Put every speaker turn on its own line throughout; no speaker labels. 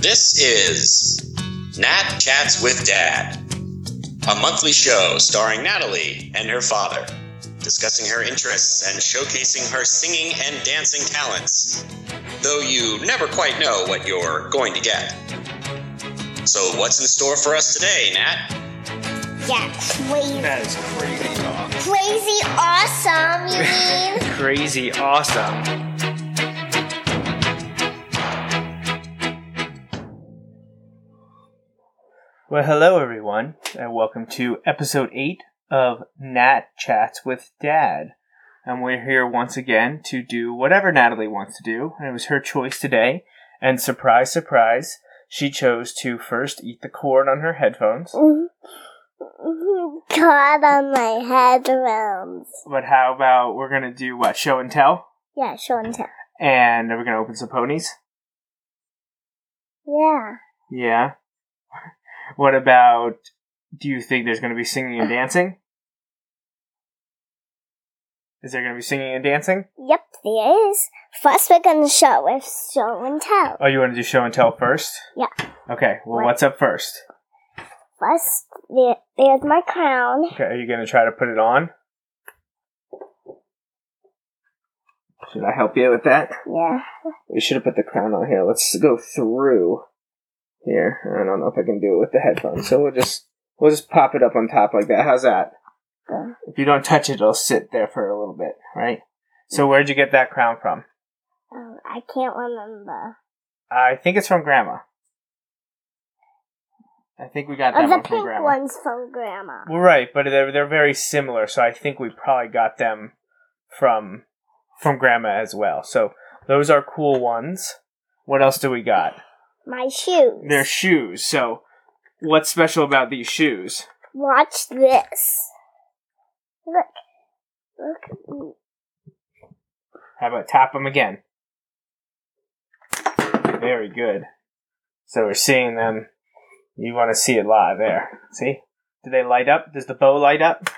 This is Nat Chats with Dad, a monthly show starring Natalie and her father, discussing her interests and showcasing her singing and dancing talents, though you never quite know what you're going to get. So, what's in store for us today, Nat?
Yeah, crazy,
That is crazy talk.
crazy awesome, you mean?
Crazy awesome. Well, hello everyone, and welcome to episode eight of Nat Chats with Dad. And we're here once again to do whatever Natalie wants to do, and it was her choice today. And surprise, surprise, she chose to first eat the cord on her headphones.
Caught on my headphones.
But how about we're gonna do what? Show and tell?
Yeah, show and tell.
And are we gonna open some ponies?
Yeah.
Yeah. What about do you think there's going to be singing and dancing? Is there going to be singing and dancing?
Yep, there is. First, we're gonna show with show and tell.
Oh, you want to do show and tell first?
Yeah.
Okay, well,
What?
what's up first?
First, there, there's my crown.
Okay, are you going to try to put it on? Should I help you with that?
Yeah.
We should have put the crown on here. Let's go through here. I don't know if I can do it with the headphones, so we'll just we'll just pop it up on top like that. How's that?
Good.
If you don't touch it, it'll sit there for a little bit, right? So where'd you get that crown from?
Um, I can't remember.
I think it's from Grandma. I think we got that
Oh, the
one from
pink
Grandma.
one's from Grandma.
Well, right, but they're they're very similar, so I think we probably got them from from Grandma as well. So those are cool ones. What else do we got?
My shoes.
They're shoes. So, what's special about these shoes?
Watch this. Look. Look.
How about tap them again? Very good. So we're seeing them. You want to see it live there. See? Do they light up? Does the bow light up?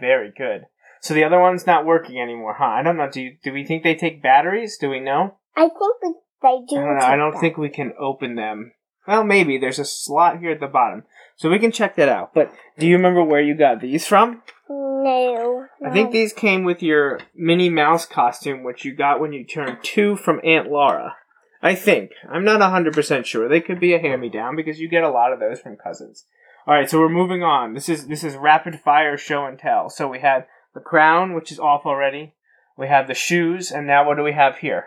Very good. So the other one's not working anymore, huh? I don't know. Do you, do we think they take batteries? Do we know?
I think we, they do.
I don't know. I
take
don't
that.
think we can open them. Well, maybe there's a slot here at the bottom, so we can check that out. But do you remember where you got these from?
No.
I think
no.
these came with your Minnie Mouse costume, which you got when you turned two from Aunt Laura. I think. I'm not 100% sure. They could be a hand me down because you get a lot of those from cousins. Alright, so we're moving on. This is this is rapid fire show and tell. So we had the crown, which is off already. We have the shoes, and now what do we have here?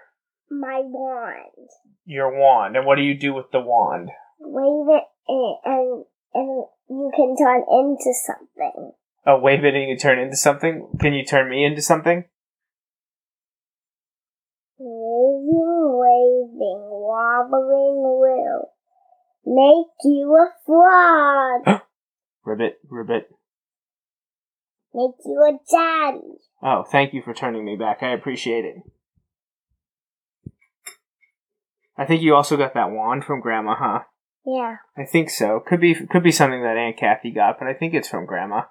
my wand.
Your wand. And what do you do with the wand?
Wave it in, and and you can turn into something.
Oh, wave it and you turn into something? Can you turn me into something?
Waving, waving, wobbling will make you a frog,
Ribbit, ribbit.
make you a daddy.
Oh, thank you for turning me back. I appreciate it. I think you also got that wand from Grandma, huh?
Yeah,
I think so. Could be could be something that Aunt Kathy got, but I think it's from Grandma.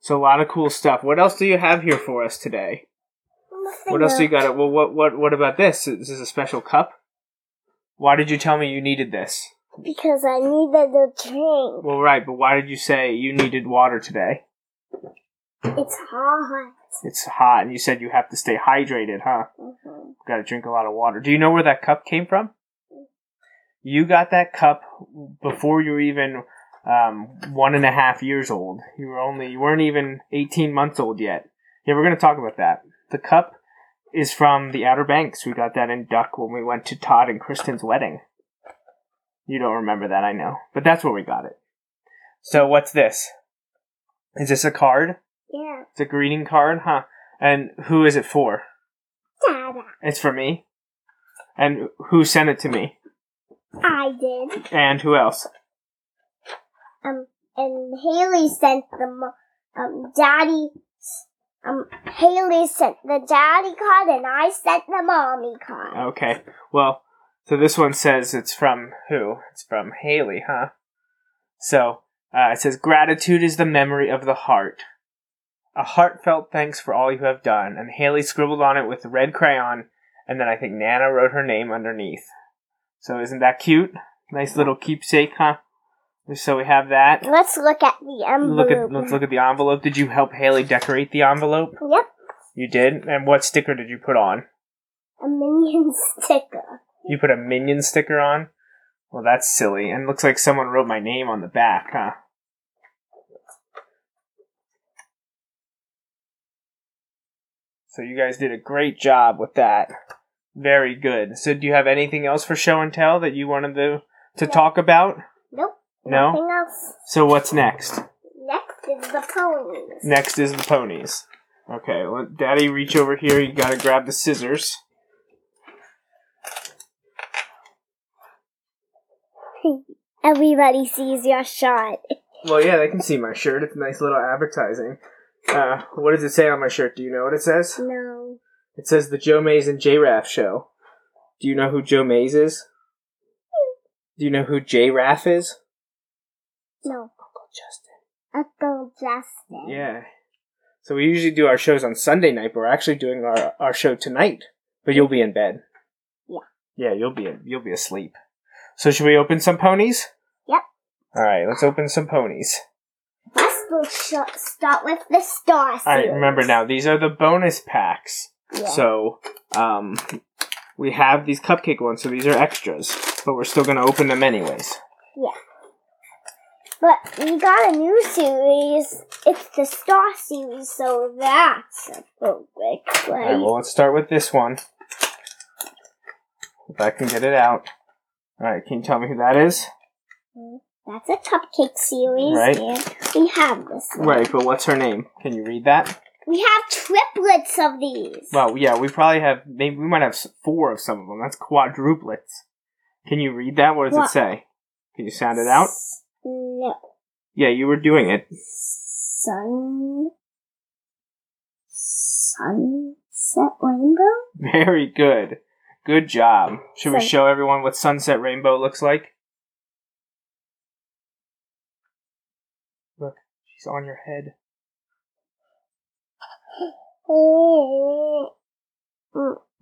So a lot of cool stuff. What else do you have here for us today? What else do you got? Well, what what what about this? Is this a special cup? Why did you tell me you needed this?
Because I needed a drink.
Well, right, but why did you say you needed water today?
It's hot.
It's hot, and you said you have to stay hydrated, huh?
hmm
Got to drink a lot of water. Do you know where that cup came from? You got that cup before you were even um, one and a half years old. You were only you weren't even eighteen months old yet. Yeah, we're gonna talk about that. The cup is from the Outer Banks. We got that in Duck when we went to Todd and Kristen's wedding. You don't remember that, I know, but that's where we got it. So what's this? Is this a card?
Yeah,
It's a greeting card, huh? And who is it for?
Dada.
It's for me. And who sent it to me?
I did.
And who else?
Um, and Haley sent the mo- um daddy. Um, Haley sent the daddy card, and I sent the mommy card.
Okay. Well, so this one says it's from who? It's from Haley, huh? So uh, it says gratitude is the memory of the heart. A heartfelt thanks for all you have done. And Haley scribbled on it with red crayon, and then I think Nana wrote her name underneath. So isn't that cute? Nice little keepsake, huh? So we have that.
Let's look at the envelope.
Look at let's look at the envelope. Did you help Haley decorate the envelope?
Yep,
You did. And what sticker did you put on?
a minion sticker.
You put a minion sticker on. Well, that's silly. And looks like someone wrote my name on the back, huh? So you guys did a great job with that. Very good. So do you have anything else for show and tell that you wanted to to
No.
talk about?
Nope.
No?
Nothing else.
So what's next?
Next is the ponies.
Next is the ponies. Okay, let Daddy reach over here. You gotta grab the scissors.
Everybody sees your shot.
Well, yeah, they can see my shirt. It's nice little advertising. Uh, what does it say on my shirt? Do you know what it says?
No.
It says the Joe Mays and J Raff Show. Do you know who Joe Mays is? Do you know who J Raff is?
No.
Uncle Justin.
Uncle Justin.
Yeah. So we usually do our shows on Sunday night, but we're actually doing our, our show tonight. But you'll be in bed.
Yeah.
Yeah, you'll be you'll be asleep. So should we open some ponies?
Yep.
All right, let's open some ponies.
Let's go sh- start with the star
All right,
series.
remember now these are the bonus packs.
Yeah.
So, um, we have these cupcake ones, so these are extras, but we're still gonna open them anyways.
But we got a new series. It's the Star series, so that's a perfect
All right,
way.
well, let's start with this one. If I can get it out. All right, can you tell me who that is?
That's a cupcake series,
Right.
and we have this one.
Right, but what's her name? Can you read that?
We have triplets of these.
Well, yeah, we probably have maybe we might have s- four of some of them. That's quadruplets. Can you read that? What does
What?
it say? Can you sound it out?
No.
Yeah, you were doing it.
Sun. Sunset rainbow?
Very good. Good job. Should we
So-
show everyone what sunset rainbow looks like? Look, she's on your head.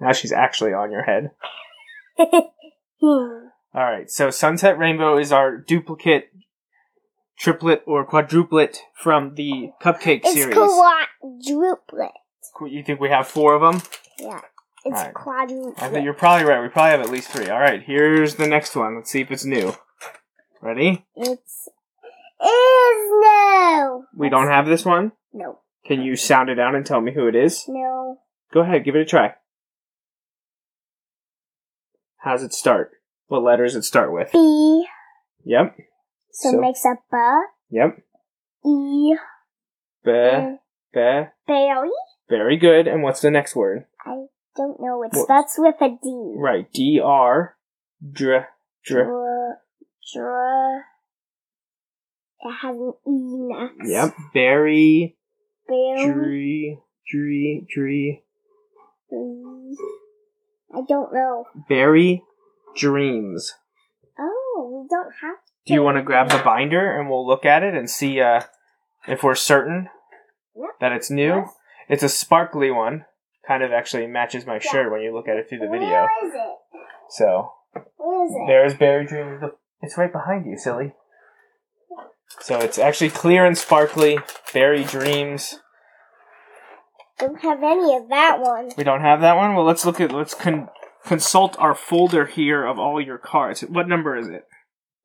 Now she's actually on your head.
Hmm.
All right. So sunset rainbow is our duplicate, triplet, or quadruplet from the cupcake
it's
series.
quadruplet.
Qu- You think we have four of them?
Yeah. It's
Alright.
quadruplet.
I think you're probably right. We probably have at least three. All right. Here's the next one. Let's see if it's new. Ready?
It's is no.
We don't have this one.
No.
Can you sound it out and tell me who it is?
No.
Go ahead, give it a try. How's it start? What letters it start with?
B.
Yep.
So,
So-
it makes a B.
Yep.
E.
Be, be.
Barry.
Very good. And what's the next word?
I don't know. It
What?
starts with a D.
Right. D R. Dr. Dr.
Dra- dra- It has an E next.
Yep. Berry.
Barry.
Dre. Dre. Dre.
I don't know.
Berry. Dreams.
Oh, we don't have
Do you want to grab the binder and we'll look at it and see uh, if we're certain
Yep.
that it's new?
Yes.
It's a sparkly one. Kind of actually matches my shirt when you look at it through the video.
Where is it?
So
Where is it?
there's Berry Dreams. Look, It's right behind you, silly. So it's actually clear and sparkly. Berry Dreams.
Don't have any of that one.
We don't have that one. Well, let's look at. Let's con- consult our folder here of all your cards. What number is it?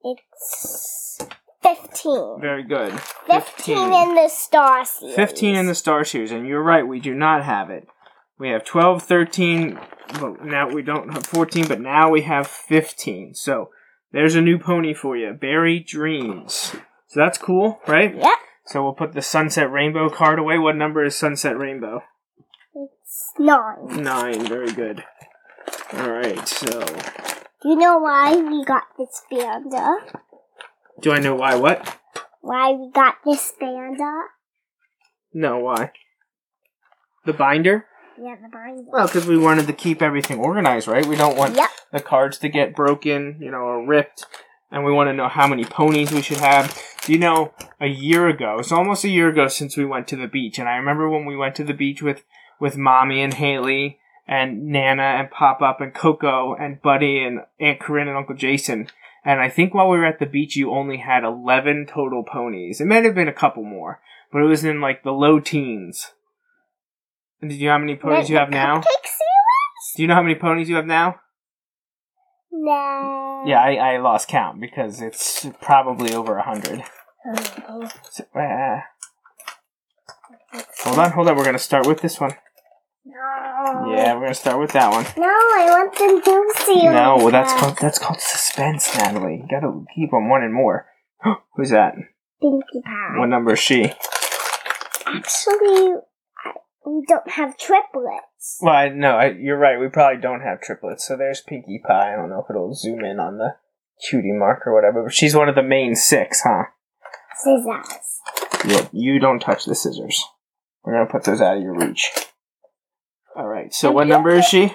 It's 15.
Very good.
15, in the Star Series.
15 in the Star Series, and you're right, we do not have it. We have 12, 13, well, now we don't have 14, but now we have 15. So there's a new pony for you, Barry Dreams. So that's cool, right?
Yep.
So we'll put the Sunset Rainbow card away. What number is Sunset Rainbow?
It's 9.
Nine, very good. All right, so
Do you know why we got this panda?
do I know why what?
Why we got this panda?
No, why? The binder?
Yeah, the binder.
Well, because we wanted to keep everything organized, right? We don't want
Yep.
the cards to get broken, you know, or ripped, and we want to know how many ponies we should have. You know, a year ago, it's almost a year ago since we went to the beach, and I remember when we went to the beach with with mommy and Haley and Nana and Pop Up and Coco and Buddy and Aunt Corinne and Uncle Jason, And I think while we were at the beach, you only had 11 total ponies. It might have been a couple more, but it was in like the low teens. And did you know how many ponies you have now?
Cupcake series?
Do you know how many ponies you have now?
No.
Yeah, I, I lost count because it's probably over 100.
Oh,
So, uh, hold on, hold on. We're going to start with this one.
no.
Yeah, we're going to start with that one.
No, I want them to see.
No, well, that's called that's called suspense, Natalie. You gotta keep on wanting more. Who's that?
Pinkie Pie.
What number is she?
Actually, I, we don't have triplets.
Well, I, no, I, you're right. We probably don't have triplets. So there's Pinkie Pie. I don't know if it'll zoom in on the cutie mark or whatever. But she's one of the main six, huh?
Scissors.
Look, you don't touch the scissors. We're gonna put those out of your reach. All right. So what number is she?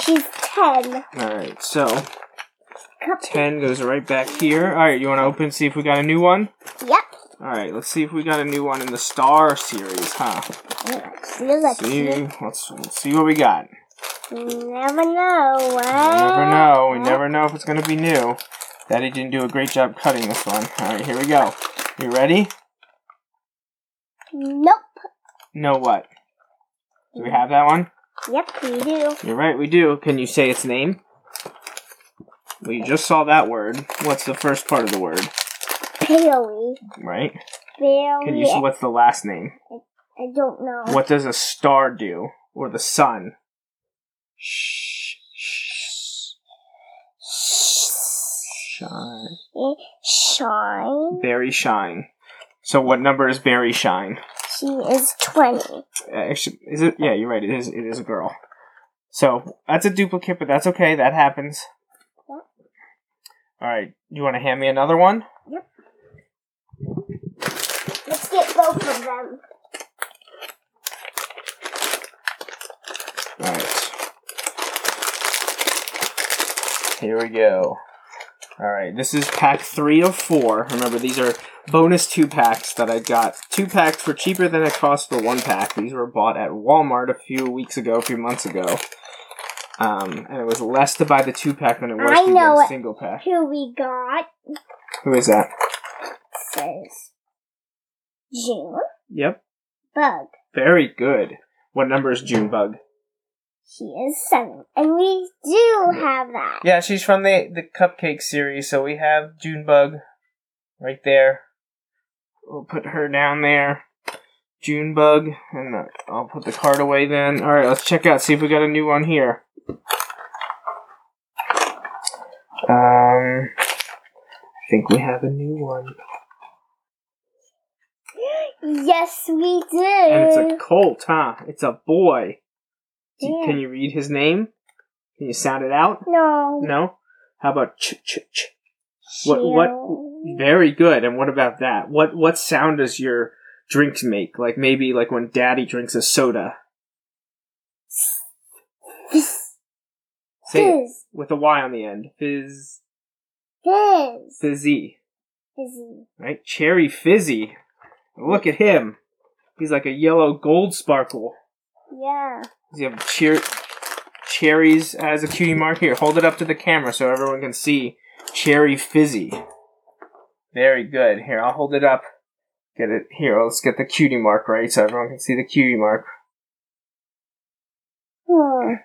She's ten.
All right. So
Cupcake.
ten goes right back here. All right. You want to open? See if we got a new one.
Yep.
All right. Let's see if we got a new one in the Star series, huh?
You look
See, let's, let's see what we got.
Never know. What?
We never know. We never know if it's gonna be new. Daddy didn't do a great job cutting this one. All right, here we go. You ready?
Nope.
No what? Do we have that one?
Yep, you do.
You're right, we do. Can you say its name? We just saw that word. What's the first part of the word?
Paley.
Right?
Paley.
Can you? What's the last name?
I don't know.
What does a star do? Or the sun? Shh. shh, Shine.
Eh, Shine.
Barry Shine. So what number is Barry Shine?
She is 20.
Actually, is it? Yeah, you're right. It is. It is a girl. So that's a duplicate, but that's okay. That happens.
Yeah.
All right. You want to hand me another one?
Let's get both of them.
All right. Here we go. All right. This is pack three of four. Remember, these are bonus two packs that I got. Two packs for cheaper than it cost for one pack. These were bought at Walmart a few weeks ago, a few months ago. Um, and it was less to buy the two pack than it was
I
to
know
get a
it.
single pack.
Who we got
Who is that?
says June
Yep.
Bug.
Very good. What number is Junebug?
She is 7. And we do have that.
Yeah, she's from the the cupcake series, so we have Junebug right there. We'll put her down there. Junebug, and uh, I'll put the card away then. All right, let's check out see if we got a new one here. Um, I think we have a new one.
Yes, we do.
And it's a colt, huh? It's a boy. Do- Can you read his name? Can you sound it out?
no.
No. How about ch ch ch? What- what- Very good. And what about that? What what sound does your drinks make? Like maybe like when Daddy drinks a soda.
Fizz.
Say it
Fizz.
with a Y on the end. Fizz
Fizz.
fizzy,
Fizzy.
right? Cherry fizzy. Look at him. He's like a yellow gold sparkle.
Yeah.
Does he have cheer- cherries as a cutie mark? Here, hold it up to the camera so everyone can see. Cherry fizzy. Very good. Here, I'll hold it up. Get it here. Let's get the cutie mark right so everyone can see the cutie mark.
Hmm.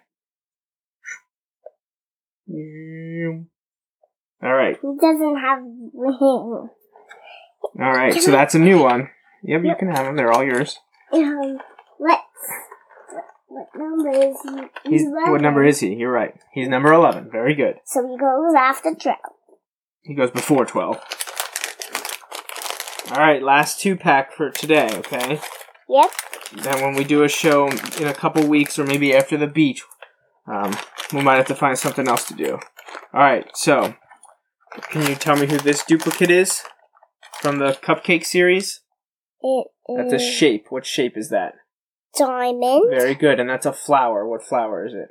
All right,
He doesn't have him. Um,
all right. So that's a new one. Yep, you can have them. They're all yours.
Um, let's. What number is he?
He's, what number is he? You're right. He's number eleven. Very good.
So he goes after Joe.
He goes before twelve. All right, last two pack for today. Okay.
Yep.
Then when we do a show in a couple weeks or maybe after the beach, um, we might have to find something else to do. All right. So, can you tell me who this duplicate is from the cupcake series?
It is
That's a shape. What shape is that?
diamond
Very good, and that's a flower. What flower is it?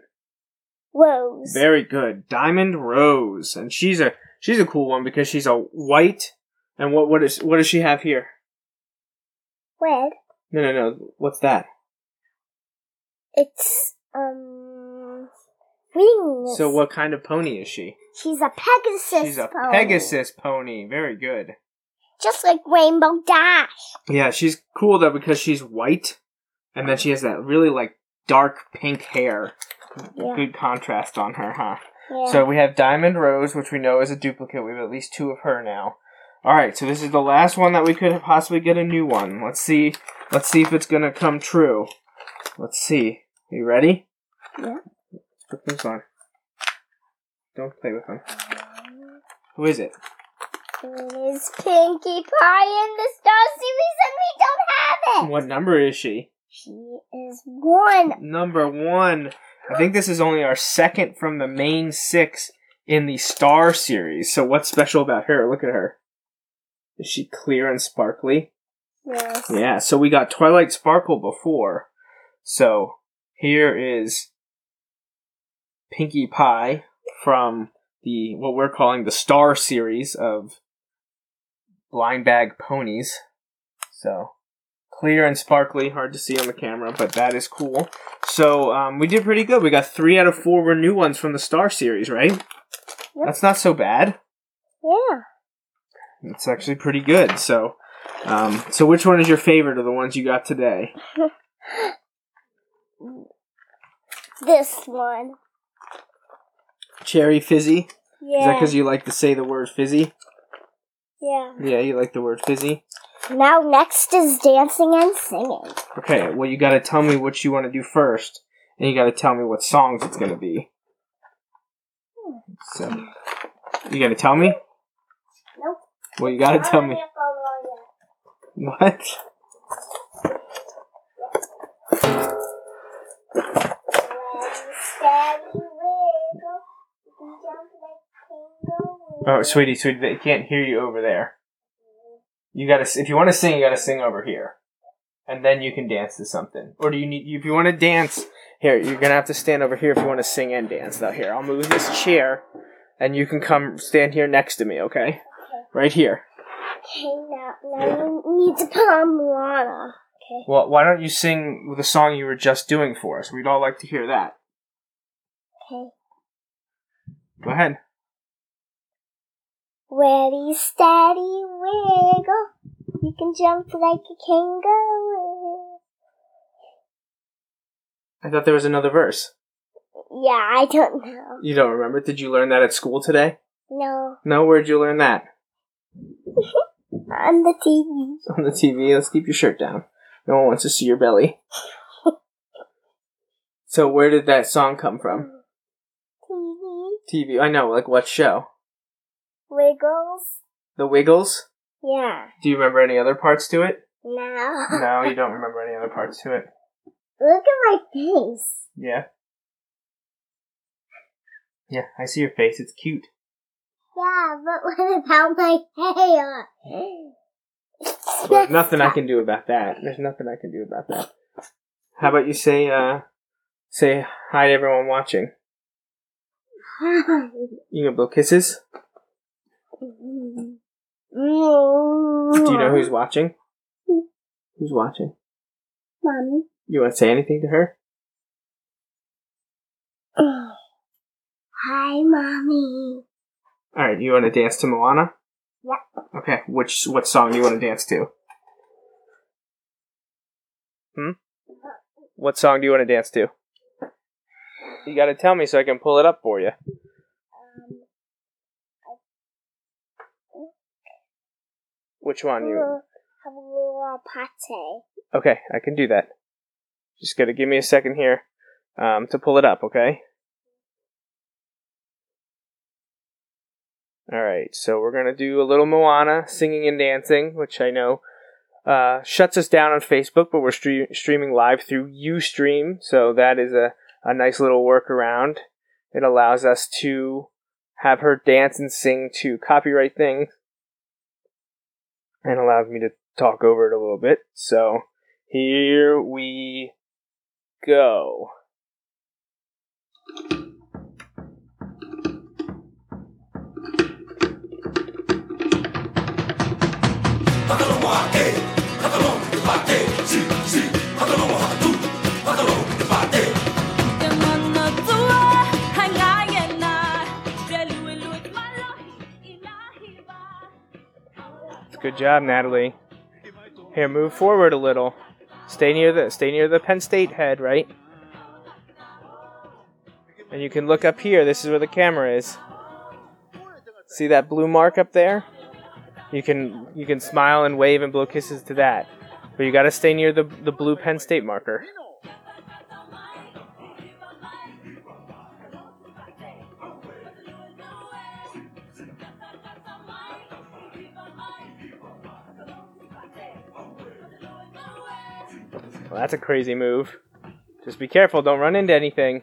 rose.
Very good, Diamond Rose, and she's a she's a cool one because she's a white. And what what is what does she have here?
Red.
No, no, no. What's that?
It's um wings.
So what kind of pony is she?
She's a Pegasus.
She's a
pony.
Pegasus pony. Very good.
Just like Rainbow Dash.
Yeah, she's cool though because she's white, and then she has that really like dark pink hair.
Yeah.
Good contrast on her, huh?
Yeah.
So we have Diamond Rose, which we know is a duplicate. We have at least two of her now. All right, so this is the last one that we could possibly get a new one. Let's see. Let's see if it's gonna come true. Let's see. You ready?
Yeah.
Put things on. Don't play with them. Who is it?
it is Pinkie Pie in the Star Series, and we don't have it.
What number is she?
She is one.
Number one. I think this is only our second from the main six in the Star series. So what's special about her? Look at her. Is she clear and sparkly?
Yes.
Yeah, so we got Twilight Sparkle before. So here is Pinkie Pie from the what we're calling the Star series of blind bag ponies. So clear and sparkly, hard to see on the camera, but that is cool. So um, we did pretty good. We got three out of four were new ones from the Star series, right? That's not so bad.
Yeah.
It's actually pretty good. So, um, so which one is your favorite of the ones you got today?
This one.
Cherry fizzy. Is that
Yeah.
because you like to say the word fizzy?
yeah.
Yeah, you like the word fizzy.
Now next is dancing and singing.
Okay, well you got to tell me what you want to do first, and you got to tell me what songs it's gonna be. So, you got to tell me.
Nope.
Well, you got to tell me what. Oh, sweetie, sweetie, they can't hear you over there. You gotta, if you want to sing, you gotta sing over here, and then you can dance to something. Or do you need? If you want to dance, here you're gonna have to stand over here if you want to sing and dance. Now here, I'll move this chair, and you can come stand here next to me. Okay, right here.
Okay, now, now you need to put on Moana. Okay.
Well, why don't you sing the song you were just doing for us? We'd all like to hear that.
Okay.
Go ahead.
Ready, steady, wiggle. You can jump like a kangaroo.
I thought there was another verse.
Yeah, I don't know.
You don't remember? Did you learn that at school today?
No,
No. Where'd you learn that?
on the TV.
on the TV. Let's keep your shirt down. No one wants to see your belly. so where did that song come from?
TV.
TV. I know, like what show?
Wiggles.
The Wiggles.
Yeah.
Do you remember any other parts to it?
Now.
No, you don't remember any other parts to it.
Look at my face.
Yeah. Yeah, I see your face. It's cute.
Yeah, but what about my hair?
There's nothing I can do about that. There's nothing I can do about that. How about you say uh say hi to everyone watching? You gonna blow kisses? Do you know who's watching? Who's watching?
Mommy.
You want to say anything to her?
Hi, mommy.
All right, you want to dance to Moana?
Yeah.
Okay, which what song do you want to dance to? Hmm. What song do you want to dance to? You got to tell me so I can pull it up for you.
Um,
Which one you?
we'll have a little pate.
Okay, I can do that. Just gotta give me a second here um, to pull it up. Okay. All right, so we're gonna do a little Moana singing and dancing, which I know uh, shuts us down on Facebook, but we're stre- streaming live through UStream, so that is a, a nice little workaround. It allows us to have her dance and sing to copyright things, and allows me to talk over it a little bit. So here we go.
Hãy subscribe cho kênh Ghiền Mì Gõ Để không bỏ lỡ những
Good job, Natalie. Here, move forward a little. Stay near the stay near the Penn State head, right? And you can look up here. This is where the camera is. See that blue mark up there? You can you can smile and wave and blow kisses to that. But you got to stay near the the blue Penn State marker. Well, that's a crazy move. Just be careful, don't run into anything.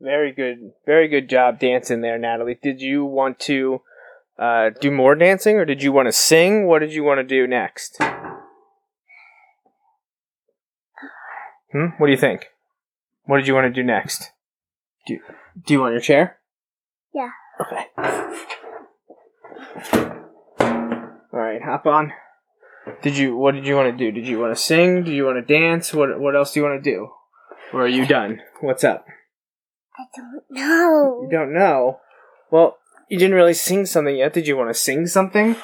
Very good, very good job dancing there, Natalie. Did you want to uh, do more dancing, or did you want to sing? What did you want to do next? Hmm. What do you think? What did you want to do next? Do Do you want your chair?
Yeah.
Okay. All right, hop on. Did you? What did you want to do? Did you want to sing? Do you want to dance? What What else do you want to do? Or are you done? What's up?
I don't know.
You don't know. Well, you didn't really sing something yet. Did you want to sing something?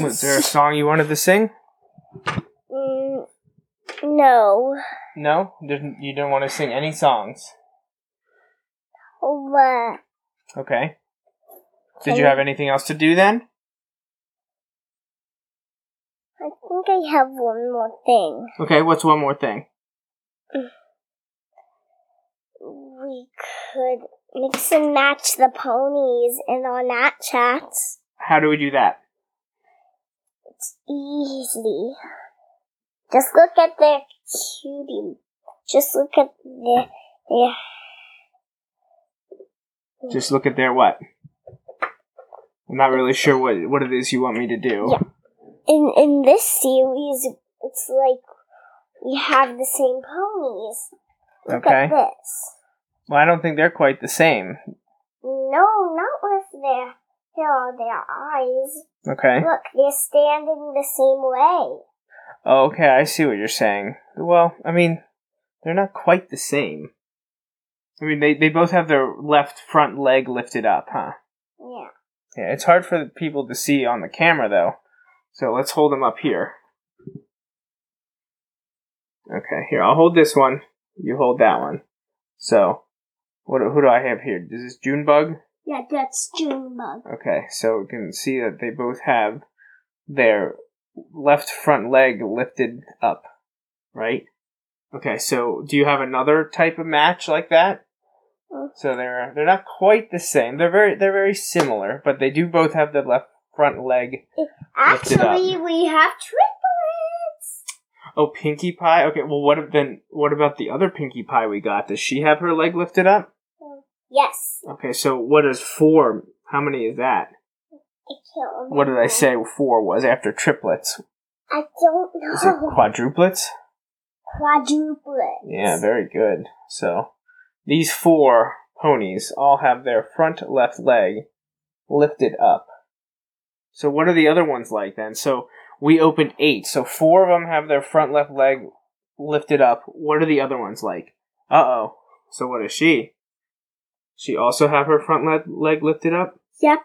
Was there a song you wanted to sing?
Mm, no.
No, didn't, you didn't want to sing any songs.
But
Okay. Did you have anything else to do then?
I think I have one more thing.
Okay, what's one more thing?
We could mix and match the ponies in our Nat Chats.
How do we do that?
It's easy. Just look at their cutie. Just look at their, their
Just look at their what? I'm not really sure what what it is you want me to do.
Yeah. in in this series, it's like we have the same ponies. Look
Okay.
at this.
Well, I don't think they're quite the same.
No, not with their here are their eyes.
Okay.
Look, they're standing the same way.
Oh, okay, I see what you're saying. Well, I mean, they're not quite the same. I mean, they, they both have their left front leg lifted up, huh?
Yeah.
Yeah, it's hard for the people to see on the camera, though. So let's hold them up here. Okay, here, I'll hold this one. You hold that one. So, what, who do I have here? Is this Junebug?
Yeah, that's Junebug.
Okay, so we can see that they both have their left front leg lifted up, right? Okay, so do you have another type of match like that?
Mm.
So they're they're not quite the same. They're very they're very similar, but they do both have the left front leg. Lift it up.
Actually, we have triplets.
Oh, Pinkie Pie. Okay, well what ab- then what about the other Pinkie Pie we got? Does she have her leg lifted up?
Yes.
Okay, so what is four? How many is that?
I can't remember.
What did I say four was after triplets?
I don't know.
Is it quadruplets?
Quadruplets.
Yeah, very good. So these four ponies all have their front left leg lifted up. So what are the other ones like then? So we opened eight. So four of them have their front left leg lifted up. What are the other ones like? Uh oh. So what is she? She also have her front le- leg lifted up.
Yep.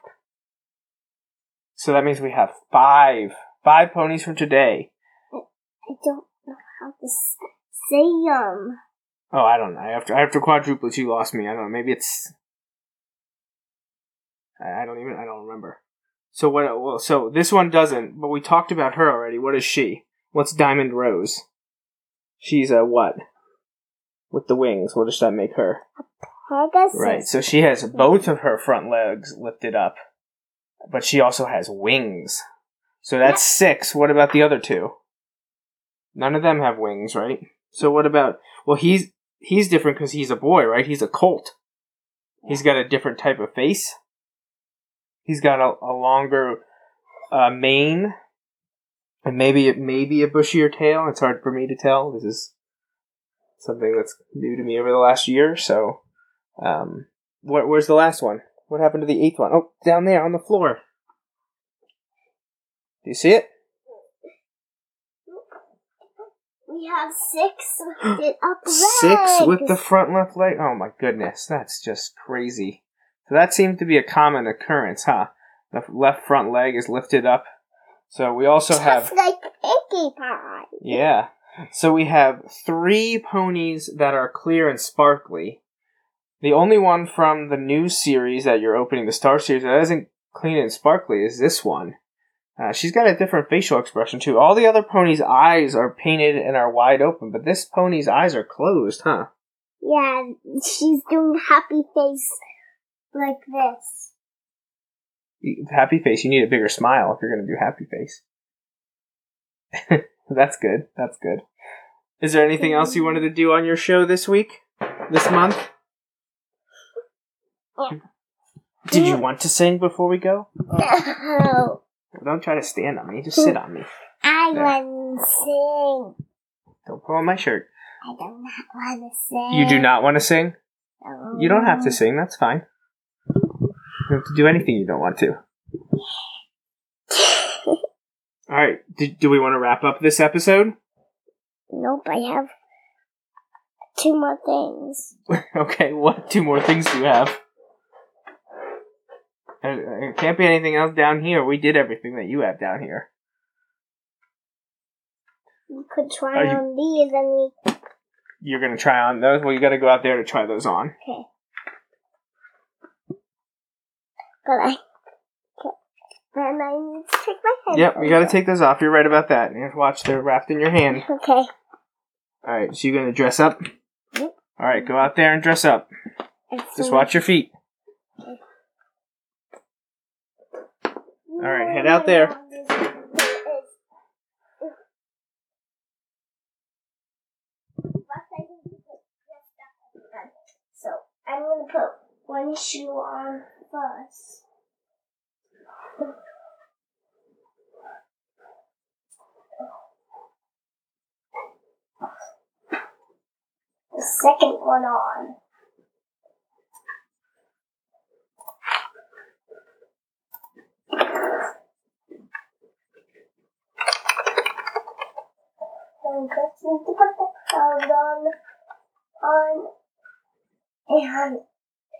So that means we have five, five ponies from today.
I don't know how to s- museum.
Oh, I don't know. After after quadruplets, you lost me. I don't know. Maybe it's. I I don't even. I don't remember. So what? Well, so this one doesn't. But we talked about her already. What is she? What's Diamond Rose? She's a what? With the wings. What does that make her?
Pegasus.
Right. So she has both of her front legs lifted up, but she also has wings. So that's six. What about the other two? None of them have wings, right? So what about? Well, he's he's different because he's a boy, right? He's a colt. He's got a different type of face. He's got a, a longer uh, mane, and maybe it maybe a bushier tail. It's hard for me to tell. This is something that's new to me over the last year. So, um, where, where's the last one? What happened to the eighth one? Oh, down there on the floor. Do you see it?
We have six lifted up
Six with the
legs.
front left leg. Oh my goodness, that's just crazy. So that seems to be a common occurrence, huh? The f- left front leg is lifted up. So we also have
Just like Pinkie Pie.
yeah. So we have three ponies that are clear and sparkly. The only one from the new series that you're opening, the Star series, that isn't clean and sparkly is this one. Uh, she's got a different facial expression too. All the other ponies' eyes are painted and are wide open, but this pony's eyes are closed, huh?
Yeah, she's doing happy face like this.
Happy face. You need a bigger smile if you're going to do happy face. That's good. That's good. Is there anything else you wanted to do on your show this week? This month? Did you want to sing before we go?
No,
Don't try to stand on me. Just sit on me.
I
Yeah.
want to sing.
Don't pull on my shirt.
I do not want to sing.
You do not want to sing?
No.
You don't have to sing. That's fine. You don't have to do anything you don't want to. All right. Do, do we want to wrap up this episode?
Nope, I have two more things.
Okay, what two more things do you have? There there can't be anything else down here. We did everything that you have down here.
You could try
Are you-
on these and we
You're gonna try on those. Well, you gotta go out there to try those on.
Okay. But I. Then I need to take my head.
Yep, you gotta take those off. You're right about that. You have to watch. They're wrapped in your hand.
Okay.
All right. So you're gonna dress up.
Yep.
All right. Go out there and dress up. Just watch your feet.
All
right, head out there.
So I'm gonna put one shoe on first. The second one on. I'm just need to put the clothes on, on, and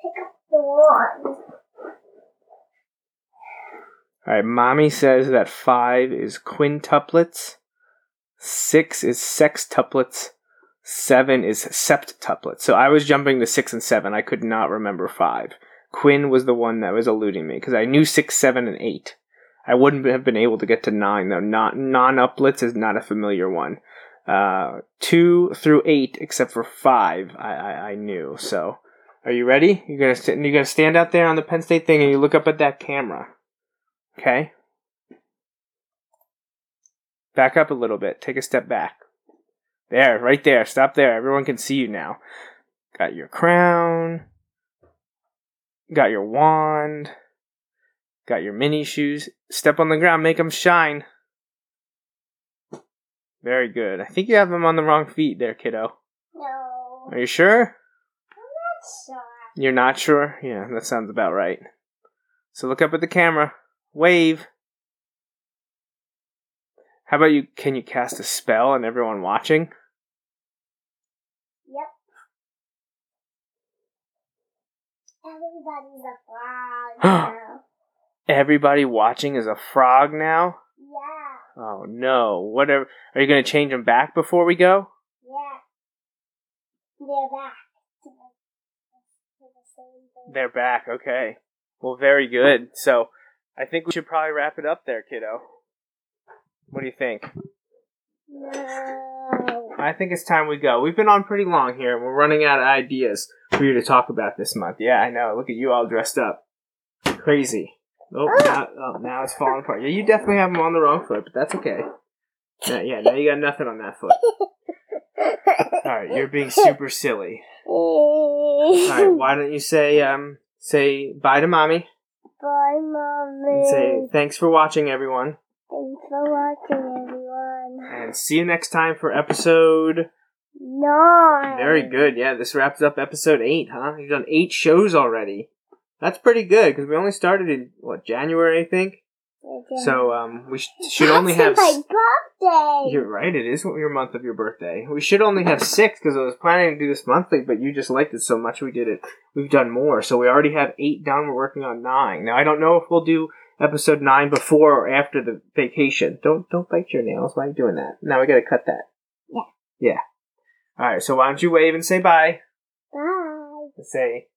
pick up the wand.
All right, mommy says that five is quintuplets, six is sextuplets, seven is septuplets. So I was jumping to six and seven. I could not remember five. Quinn was the one that was eluding me because I knew six, seven, and eight. I wouldn't have been able to get to nine though. Not non-uplets is not a familiar one. Uh, two through eight, except for five, I, I, I knew. So, are you ready? You're gonna st- you're gonna stand out there on the Penn State thing and you look up at that camera. Okay. Back up a little bit. Take a step back. There, right there. Stop there. Everyone can see you now. Got your crown. Got your wand. Got your mini shoes. Step on the ground. Make them shine. Very good. I think you have them on the wrong feet there, kiddo.
No,
Are you sure?
that's sharp.
You're not sure? Yeah, that sounds about right. So look up at the camera. Wave. How about you? Can you cast a spell on everyone watching?
Yep. Everybody's a frog now.
Everybody watching is a frog now?
Yeah,
Oh no. Whatever. Are you going to change them back before we go?
yeah. They're back to the, to the same thing.
They're back. Okay. Well, very good. So, I think we should probably wrap it up there, kiddo. What do you think?
No.
I think it's time we go. We've been on pretty long here, and we're running out of ideas for you to talk about this month. Yeah, I know. Look at you all dressed up. Crazy. Oh, now, oh, now it's falling apart. Yeah, you definitely have them on the wrong foot, but that's okay. Yeah, yeah, now you got nothing on that foot. All right, you're being super silly. All right, why don't you say um say bye to mommy
Bye, mommy.
and say thanks for watching, everyone,
Thanks for watching, everyone.
and see you next time for episode.
Nine.
Very good. Yeah, this wraps up episode eight, huh? You've done eight shows already. That's pretty good because we only started in what January, I think.
Okay.
So um, we sh- should only have.
That's
s-
my birthday.
You're right. It is your month of your birthday. We should only have six because I was planning to do this monthly, but you just liked it so much we did it. We've done more, so we already have eight done. We're working on nine now. I don't know if we'll do episode nine before or after the vacation. Don't don't bite your nails. Why are you doing that? Now we got to cut that.
Yeah.
Yeah. All right. So why don't you wave and say bye?
Bye.
and say,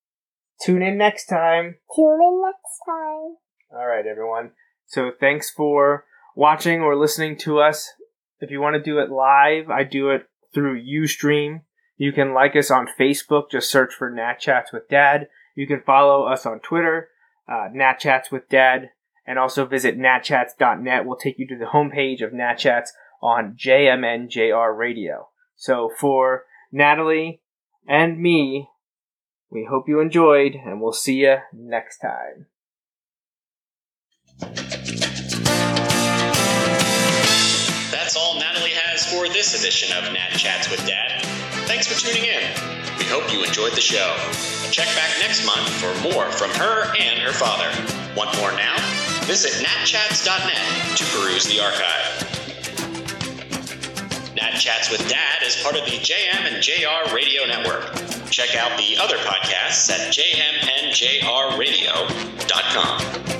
tune in next time.
Tune in next time.
All right, everyone. So thanks for watching or listening to us. If you want to do it live, I do it through Ustream. You can like us on Facebook. Just search for Nat Chats with Dad. You can follow us on Twitter, uh, Nat Chats with Dad, and also visit natchats.net. We'll take you to the homepage of Nat Chats on JMNJR Radio. So for Natalie and me, we hope you enjoyed, and we'll see you next time.
That's all Natalie has for this edition of Nat Chats with Dad. Thanks for tuning in. We hope you enjoyed the show. Check back next month for more from her and her father. Want more now? Visit natchats.net to peruse the archive. Nat Chats with Dad is part of the JM and JR Radio Network. Check out the other podcasts at jmnjrradio.com.